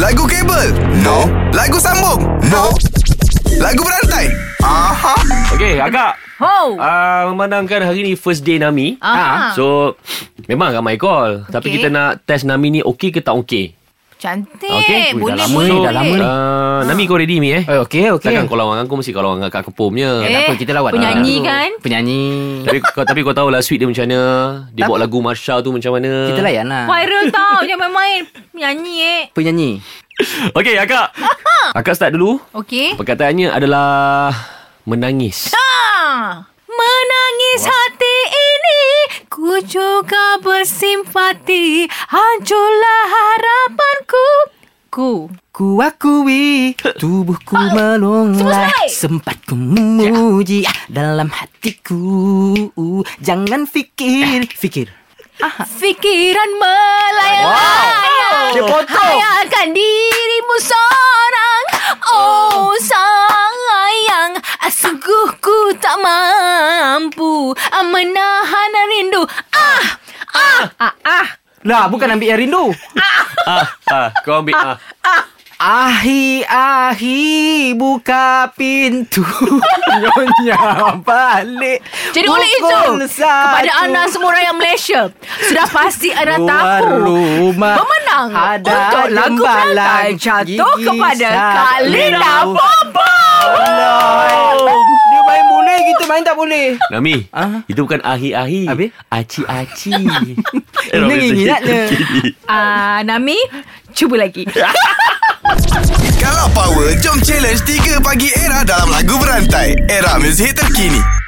Lagu kabel? No. Lagu sambung? No. Lagu berantai? Aha. Okey, agak Ho. Ah. uh, memandangkan hari ni first day Nami. Aha. So memang ramai call, okay. tapi Okey. kita nak test Nami ni okey ke tak okey. Cantik. Okey, boleh, dah lama boleh. ni, dah lama ni. Uh, Nami kau ready mi eh? Eh, okey, okey. Takkan kalau orang aku mesti kalau orang kat kepomnya. Eh, tak apa, kita lawat. penyanyi Ah. kan? Penyanyi. tapi kau tapi kau tahulah suite dia macam mana. Dia Tak buat lagu Marsha tu macam mana. Kita layan lah. Viral tau. Jangan main-main. Nyanyi eh. Penyanyi. Okey, akak. akak start dulu. Eh. Okey. Perkataannya adalah menangis. Ah, Menangis hati ini Ku juga bersimpati Hancurlah harapanku Ku Ku akui tubuhku Ah, Semua melonglah selesai. Sempat ku memuji ah, dalam hatiku Jangan fikir Eh, Fikir Fikiran melayang Dia potong. Hayalkan dirimu seorang Oh sayang Sungguh ku tak mampu Menahan rindu Ah Ah Ah Ah Lah bukan ambil yang rindu ah, ah, kau ambil ah. Ahi ahi buka pintu Nyonya balik Jadi oleh itu Kepada anda semua rakyat Malaysia Sudah pasti anda Luar tahu rumah Pemenang ada Untuk lagu jembalan berantai Jatuh gigi kepada satu. Kak Lina Bobo Dia main boleh kita main tak boleh Nami, Ah. itu bukan ahi-ahi. Habis? Aci-aci. Eh, Ini ngingatnya. Ah, Nami Cuba lagi Kalau power, jom challenge 3 pagi era dalam lagu berantai. Era muzik terkini.